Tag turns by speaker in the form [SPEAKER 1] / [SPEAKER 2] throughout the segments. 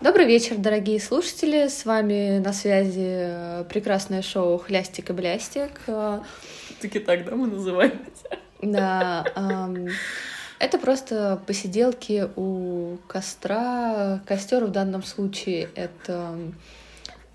[SPEAKER 1] Добрый вечер, дорогие слушатели. С вами на связи э, прекрасное шоу «Хлястик и блястик». Э,
[SPEAKER 2] Таки так, да, мы называемся?
[SPEAKER 1] Да. эм, Это просто посиделки у костра. Костер в данном случае — это эм,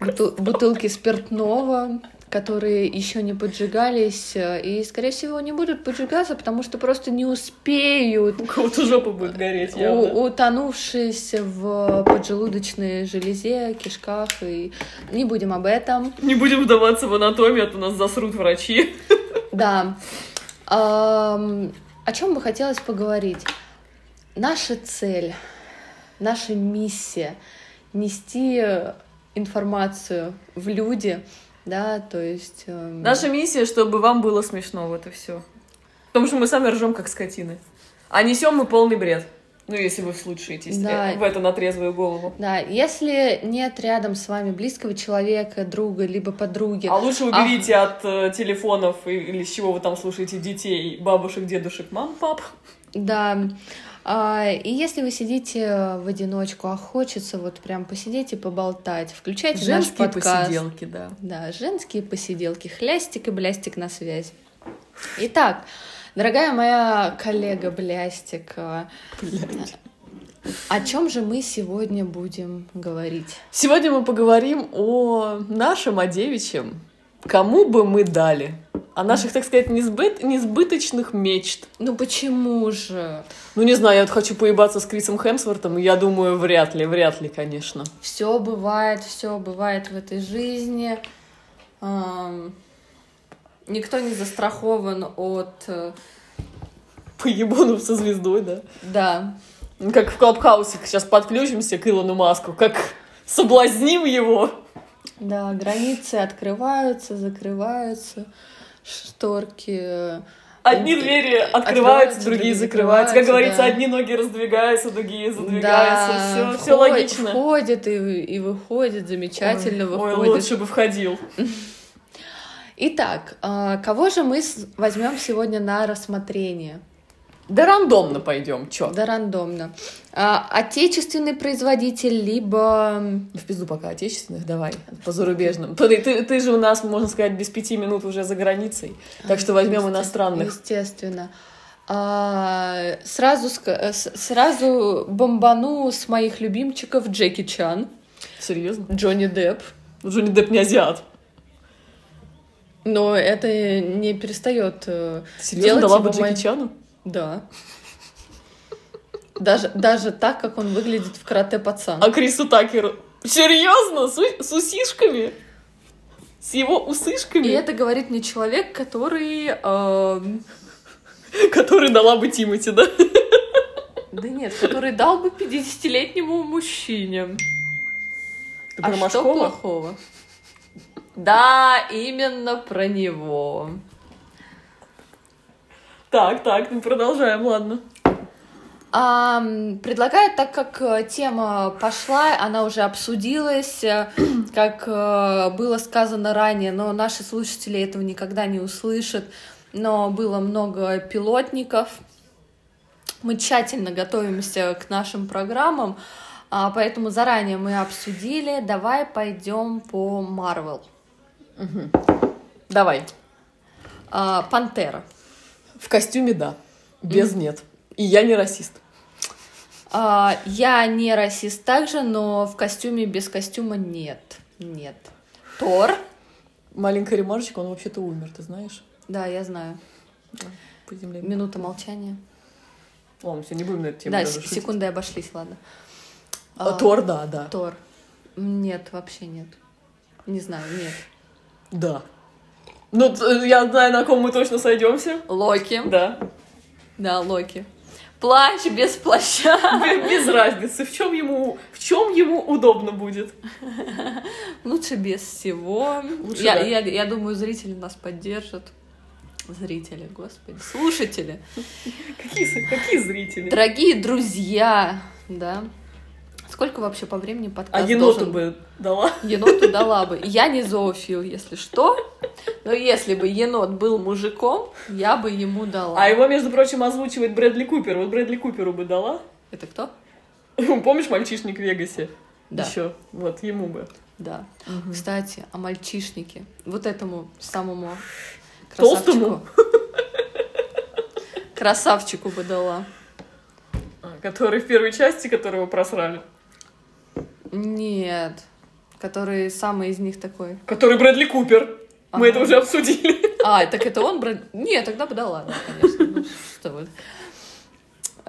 [SPEAKER 1] бутыл- бутылки спиртного, которые еще не поджигались э, и, скорее всего, не будут поджигаться, потому что просто не успеют
[SPEAKER 2] У кого-то жопа будет гореть, явно.
[SPEAKER 1] у, утонувшись в поджелудочной железе, кишках, и не будем об этом.
[SPEAKER 2] Не будем вдаваться в анатомию, а то нас засрут врачи.
[SPEAKER 1] Да. Ам, о чем бы хотелось поговорить? Наша цель, наша миссия — нести информацию в люди, да, то есть... эм,
[SPEAKER 2] Наша миссия, чтобы вам было смешно, вот и все. Потому что мы сами ржем, как скотины. А несем мы полный бред. Ну, если вы вслушаетесь
[SPEAKER 1] Да.
[SPEAKER 2] э, в это на трезвую голову.
[SPEAKER 1] Да, если нет рядом с вами близкого человека, друга, либо подруги,
[SPEAKER 2] А лучше уберите от э, телефонов и- или с чего вы там слушаете детей, бабушек, дедушек, мам, пап.
[SPEAKER 1] Да. А, И если вы сидите в одиночку, а хочется вот прям посидеть и поболтать, включайте наш подкаст.
[SPEAKER 2] да.
[SPEAKER 1] Да, женские посиделки. Хлястик и блястик на связь. Итак, дорогая моя коллега Блястик, а, о чем же мы сегодня будем говорить?
[SPEAKER 2] Сегодня мы поговорим о нашем, о девичьем. Кому бы мы дали? О наших, так сказать, несбыт- несбыточных мечт.
[SPEAKER 1] Ну почему же?
[SPEAKER 2] Ну, не знаю, я вот хочу поебаться с Крисом Хемсвортом, и я думаю, вряд ли, вряд ли, конечно.
[SPEAKER 1] Все бывает, все бывает в этой жизни. Ам, Никто не застрахован от э,
[SPEAKER 2] Поебану со звездой, да?
[SPEAKER 1] Да,
[SPEAKER 2] Ну, Как в Клабхаусе, сейчас подключимся к Илону Маску, как соблазним его.
[SPEAKER 1] да, границы открываются, закрываются, шторки. э,
[SPEAKER 2] Одни двери открываются, другие закрываются. Как
[SPEAKER 1] закрываются,
[SPEAKER 2] говорится,
[SPEAKER 1] да.
[SPEAKER 2] одни ноги раздвигаются, другие задвигаются.
[SPEAKER 1] да,
[SPEAKER 2] все, все
[SPEAKER 1] вход-
[SPEAKER 2] логично.
[SPEAKER 1] Входит и, и выходит, замечательно
[SPEAKER 2] Ой,
[SPEAKER 1] выходит.
[SPEAKER 2] Ой, лучше бы входил.
[SPEAKER 1] Итак, а, кого же мы возьмем сегодня на рассмотрение?
[SPEAKER 2] Да рандомно пойдем, чё?
[SPEAKER 1] Да, рандомно. А, Отечественный производитель, либо... м,
[SPEAKER 2] В пизду пока отечественных, давай, по зарубежным. Ты, ты- ты же у нас, можно сказать, без пяти минут уже за границей, так что возьмем
[SPEAKER 1] есте-
[SPEAKER 2] иностранных.
[SPEAKER 1] Естественно. А, сразу, ска- э, с- сразу бомбану с моих любимчиков Джеки Чан.
[SPEAKER 2] Серьезно?
[SPEAKER 1] Джонни Депп.
[SPEAKER 2] Джонни Депп не азиат.
[SPEAKER 1] Но это не перестает. э,
[SPEAKER 2] Серьезно,
[SPEAKER 1] делать
[SPEAKER 2] дала
[SPEAKER 1] его
[SPEAKER 2] бы Джеки
[SPEAKER 1] моим-
[SPEAKER 2] Чану?
[SPEAKER 1] Да. Даже, даже так, как он выглядит в карате пацан.
[SPEAKER 2] А Крису Такеру? Серьезно? С, у- с усишками? С его усышками?
[SPEAKER 1] И это говорит мне человек, который... эм,
[SPEAKER 2] Который дала бы Тимати, да?
[SPEAKER 1] А да нет, который дал бы 50-летнему мужчине.
[SPEAKER 2] Ты
[SPEAKER 1] а
[SPEAKER 2] про
[SPEAKER 1] что
[SPEAKER 2] Машкова?
[SPEAKER 1] плохого? Да, именно про него.
[SPEAKER 2] Так, так, ну продолжаем, ладно.
[SPEAKER 1] А, м, предлагаю, так как э, тема пошла, она уже обсудилась, э, как э, было сказано ранее, но наши слушатели этого никогда не услышат, но было много пилотников. Мы тщательно готовимся к нашим программам, а, поэтому заранее мы обсудили. Давай пойдем по Марвел.
[SPEAKER 2] Давай.
[SPEAKER 1] А, Пантера.
[SPEAKER 2] В костюме да, без нет. И я не расист.
[SPEAKER 1] А, я не расист также, но в костюме без костюма нет. Нет. Тор.
[SPEAKER 2] Маленькая ремарочка, он вообще-то умер, ты знаешь?
[SPEAKER 1] Да, я знаю.
[SPEAKER 2] По земле.
[SPEAKER 1] Минута молчания.
[SPEAKER 2] Ладно, все, не будем на эту тему
[SPEAKER 1] да,
[SPEAKER 2] даже
[SPEAKER 1] с-
[SPEAKER 2] шутить.
[SPEAKER 1] секунды обошлись, ладно.
[SPEAKER 2] А,
[SPEAKER 1] А,
[SPEAKER 2] Тор, да, да.
[SPEAKER 1] Тор. Нет, вообще нет. Не знаю, нет.
[SPEAKER 2] Да. Ну, т- я знаю, на ком мы точно сойдемся.
[SPEAKER 1] Локи.
[SPEAKER 2] Да.
[SPEAKER 1] Да, Локи. Плащ без плаща.
[SPEAKER 2] Б- Без разницы, в чем ему, в чем ему удобно будет.
[SPEAKER 1] Лучше без всего.
[SPEAKER 2] Лучше,
[SPEAKER 1] я,
[SPEAKER 2] да.
[SPEAKER 1] я, я думаю, зрители нас поддержат. Зрители, господи. Слушатели.
[SPEAKER 2] Какие, с- какие зрители?
[SPEAKER 1] Дорогие друзья, да. Сколько вообще по времени подкаст
[SPEAKER 2] А еноту
[SPEAKER 1] должен-
[SPEAKER 2] бы дала.
[SPEAKER 1] Еноту дала бы. Я не зоофил, если что. Но если бы енот был мужиком, я бы ему дала.
[SPEAKER 2] А его, между прочим, озвучивает Брэдли Купер. Вот Брэдли Куперу бы дала.
[SPEAKER 1] Это кто?
[SPEAKER 2] Помнишь мальчишник в Вегасе?
[SPEAKER 1] Да.
[SPEAKER 2] Еще. Вот, ему бы.
[SPEAKER 1] Да. Кстати, о мальчишнике. Вот этому самому
[SPEAKER 2] Толстому?
[SPEAKER 1] красавчику. Красавчику бы дала.
[SPEAKER 2] А, Который в первой части, которого просрали.
[SPEAKER 1] Нет. Который самый из них такой.
[SPEAKER 2] Который Брэдли Купер. Мы
[SPEAKER 1] Ага.
[SPEAKER 2] это уже обсудили.
[SPEAKER 1] А, так это он брат? Не, тогда бы дала, да, конечно. Ну, что вы.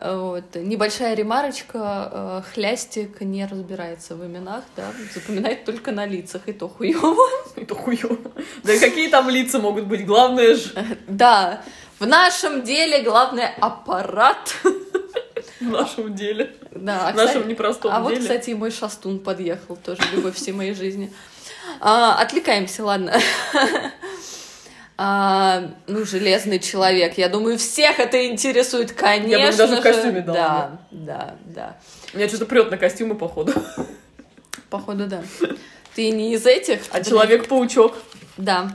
[SPEAKER 1] Вот. Небольшая ремарочка. э, Хлястик не разбирается в именах, да. Запоминает только на лицах, и то хуево.
[SPEAKER 2] Это хуёво. Да и какие там лица могут быть? Главное же
[SPEAKER 1] Да. В нашем деле главное аппарат.
[SPEAKER 2] в нашем деле.
[SPEAKER 1] Да, а,
[SPEAKER 2] В нашем
[SPEAKER 1] кстати-
[SPEAKER 2] непростом
[SPEAKER 1] а вот,
[SPEAKER 2] деле.
[SPEAKER 1] кстати, и мой шастун подъехал, тоже любовь всей моей жизни. А, отвлекаемся, ладно. А, ну, железный человек. Я думаю, всех это интересует, конечно.
[SPEAKER 2] Я бы даже в
[SPEAKER 1] же.
[SPEAKER 2] костюме дала
[SPEAKER 1] Да, да, да.
[SPEAKER 2] Меня что-то прет на костюмы, походу. А
[SPEAKER 1] Походу, да. Ты не из этих?
[SPEAKER 2] А человек-паучок?
[SPEAKER 1] Да.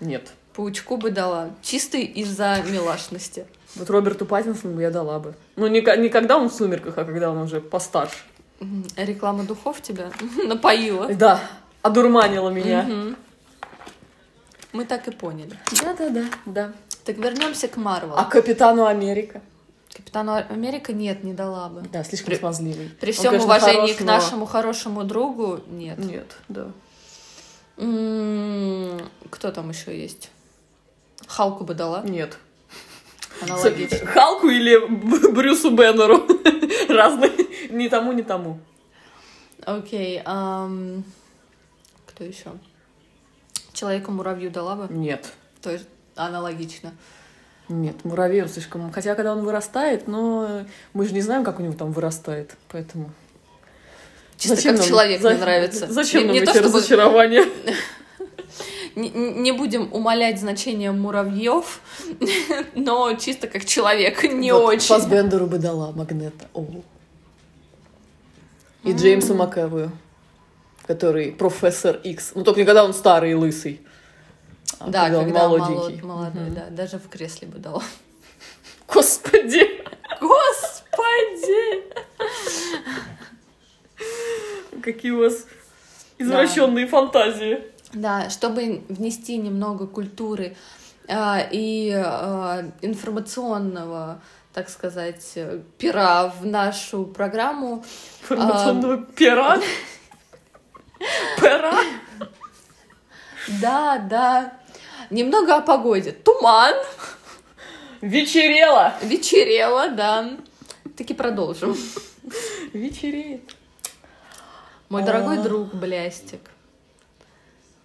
[SPEAKER 2] Нет.
[SPEAKER 1] Паучку бы дала. Чисто из-за милашности.
[SPEAKER 2] Вот Роберту Паттинсону я дала бы. Ну, не, ко- не когда он в «Сумерках», а когда он уже постарше.
[SPEAKER 1] Мгм. Реклама духов тебя напоила.
[SPEAKER 2] Да, одурманила меня.
[SPEAKER 1] Мгм. Мы так и поняли.
[SPEAKER 2] Да-да-да, да.
[SPEAKER 1] Так вернемся к Марвел.
[SPEAKER 2] А Капитану Америка?
[SPEAKER 1] Капитану Америка нет, не дала бы.
[SPEAKER 2] Да, слишком смазливый.
[SPEAKER 1] При
[SPEAKER 2] Он,
[SPEAKER 1] всем
[SPEAKER 2] конечно,
[SPEAKER 1] уважении
[SPEAKER 2] хорош,
[SPEAKER 1] к
[SPEAKER 2] но-
[SPEAKER 1] нашему хорошему другу нет.
[SPEAKER 2] Нет, да.
[SPEAKER 1] М, М-м-м, Кто там еще есть? Халку бы дала.
[SPEAKER 2] Нет.
[SPEAKER 1] Аналогично.
[SPEAKER 2] Халку или Б- Брюсу Беннеру? Разные. Ни тому, ни тому.
[SPEAKER 1] Окей. ам, Кто еще? Человеку муравью дала бы.
[SPEAKER 2] Нет.
[SPEAKER 1] То есть аналогично.
[SPEAKER 2] Нет, муравей он слишком... Хотя, когда он вырастает, но мы же не знаем, как у него там вырастает, поэтому...
[SPEAKER 1] Чисто
[SPEAKER 2] Зачем
[SPEAKER 1] как
[SPEAKER 2] нам-
[SPEAKER 1] человек
[SPEAKER 2] за-
[SPEAKER 1] мне нравится.
[SPEAKER 2] Зачем
[SPEAKER 1] не,
[SPEAKER 2] нам
[SPEAKER 1] не то
[SPEAKER 2] эти
[SPEAKER 1] чтобы-
[SPEAKER 2] разочарования?
[SPEAKER 1] не- не будем умалять значение муравьев, но чисто как человек не очень.
[SPEAKER 2] Фасбендеру бы дала Магнета. О. И Джеймсу Макэвою, который профессор Икс. Ну, только не когда он старый и лысый. а
[SPEAKER 1] Да, когда, молод-
[SPEAKER 2] молоденький.
[SPEAKER 1] молодой, да, даже в кресле бы дала.
[SPEAKER 2] Господи!
[SPEAKER 1] Господи!
[SPEAKER 2] Какие у вас извращенные фантазии.
[SPEAKER 1] Да, чтобы внести немного культуры а, и а, информационного, так сказать, э, пера в нашу программу, А,
[SPEAKER 2] Информационного пера. Пера.
[SPEAKER 1] да, да, немного о погоде. Туман,
[SPEAKER 2] Вечерела.
[SPEAKER 1] вечерело, да. Таки продолжим.
[SPEAKER 2] Вечереет.
[SPEAKER 1] Мой дорогой
[SPEAKER 2] А.
[SPEAKER 1] друг, блястик.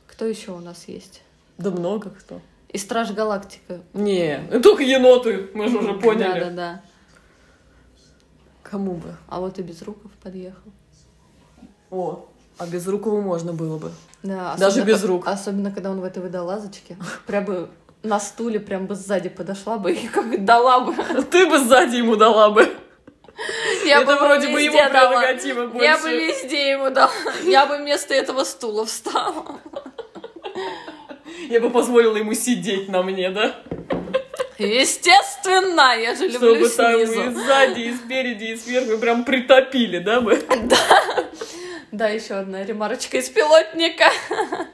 [SPEAKER 1] Кто еще у нас есть?
[SPEAKER 2] Да много кто.
[SPEAKER 1] И Страж Галактика.
[SPEAKER 2] Не, ну только еноты, мы же уже поняли.
[SPEAKER 1] Да, да, да.
[SPEAKER 2] Кому бы?
[SPEAKER 1] А вот и Безруков подъехал.
[SPEAKER 2] О, а без рукову можно было бы.
[SPEAKER 1] Да,
[SPEAKER 2] Даже
[SPEAKER 1] особенно
[SPEAKER 2] без
[SPEAKER 1] ко-
[SPEAKER 2] рук.
[SPEAKER 1] Особенно, когда он в этой водолазочке. Прям бы на стуле, прям бы сзади подошла бы и как дала бы.
[SPEAKER 2] Ты бы сзади ему дала бы.
[SPEAKER 1] Я
[SPEAKER 2] Это
[SPEAKER 1] бы
[SPEAKER 2] вроде бы
[SPEAKER 1] везде
[SPEAKER 2] его
[SPEAKER 1] дала.
[SPEAKER 2] прерогатива больше.
[SPEAKER 1] Я бы везде ему дала. Я бы вместо этого стула встала.
[SPEAKER 2] Я бы позволила ему сидеть на мне, да?
[SPEAKER 1] Естественно, я же люблю
[SPEAKER 2] Чтобы там и
[SPEAKER 1] снизу.
[SPEAKER 2] сзади, и спереди, и сверху и прям притопили, да, бы?
[SPEAKER 1] Да, еще одна ремарочка из пилотника.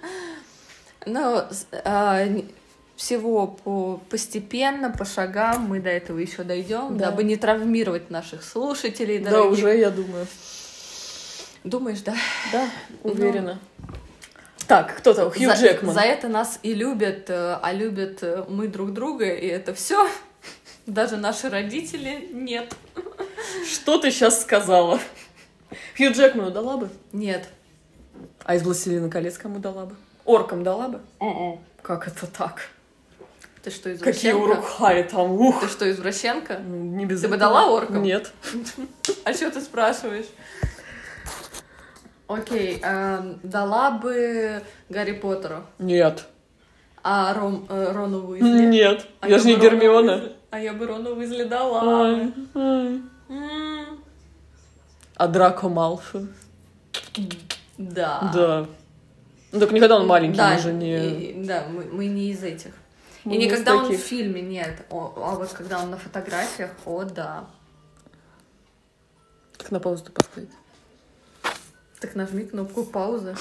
[SPEAKER 1] Ну, с- а, н- всего по, постепенно, по шагам мы до этого еще дойдем,
[SPEAKER 2] Да.
[SPEAKER 1] дабы не травмировать наших слушателей.
[SPEAKER 2] Да,
[SPEAKER 1] дорогих.
[SPEAKER 2] уже, я думаю.
[SPEAKER 1] Думаешь, да?
[SPEAKER 2] Да, уверена. Так, кто там? Хью
[SPEAKER 1] за,
[SPEAKER 2] Джекман.
[SPEAKER 1] За это нас и любят, э, а любят э, мы друг друга, и это все. Даже наши родители нет.
[SPEAKER 2] Что ты сейчас сказала? Хью Джекману дала бы?
[SPEAKER 1] Нет.
[SPEAKER 2] А из «Властелина колец» кому дала бы? Оркам дала бы? Как это так?
[SPEAKER 1] Ты что,
[SPEAKER 2] Какие
[SPEAKER 1] извращенка?
[SPEAKER 2] урукхаи там, ух!
[SPEAKER 1] Ты что, извращенка?
[SPEAKER 2] Ну, Не без
[SPEAKER 1] Ты бы
[SPEAKER 2] этого.
[SPEAKER 1] дала оркам?
[SPEAKER 2] Нет.
[SPEAKER 1] А что ты спрашиваешь? Окей, эм, дала бы Гарри Поттеру,
[SPEAKER 2] Нет.
[SPEAKER 1] а Ром- э, Рону Уизли.
[SPEAKER 2] Нет.
[SPEAKER 1] А
[SPEAKER 2] я же не
[SPEAKER 1] бы Рону
[SPEAKER 2] Гермиона.
[SPEAKER 1] Уизли- А я бы Рону Уизли дала.
[SPEAKER 2] Ай, ай.
[SPEAKER 1] М,
[SPEAKER 2] А Драко Малфой?
[SPEAKER 1] Да.
[SPEAKER 2] Да. Ну, так никогда он маленький,
[SPEAKER 1] А. Да,
[SPEAKER 2] он же не...
[SPEAKER 1] и- да, мы, мы не из этих.
[SPEAKER 2] Мы
[SPEAKER 1] и
[SPEAKER 2] не из
[SPEAKER 1] никогда он в
[SPEAKER 2] таких.
[SPEAKER 1] фильме нет. О, а вот когда он на фотографиях, о да.
[SPEAKER 2] Так на паузу поставить.
[SPEAKER 1] Так нажми кнопку паузы.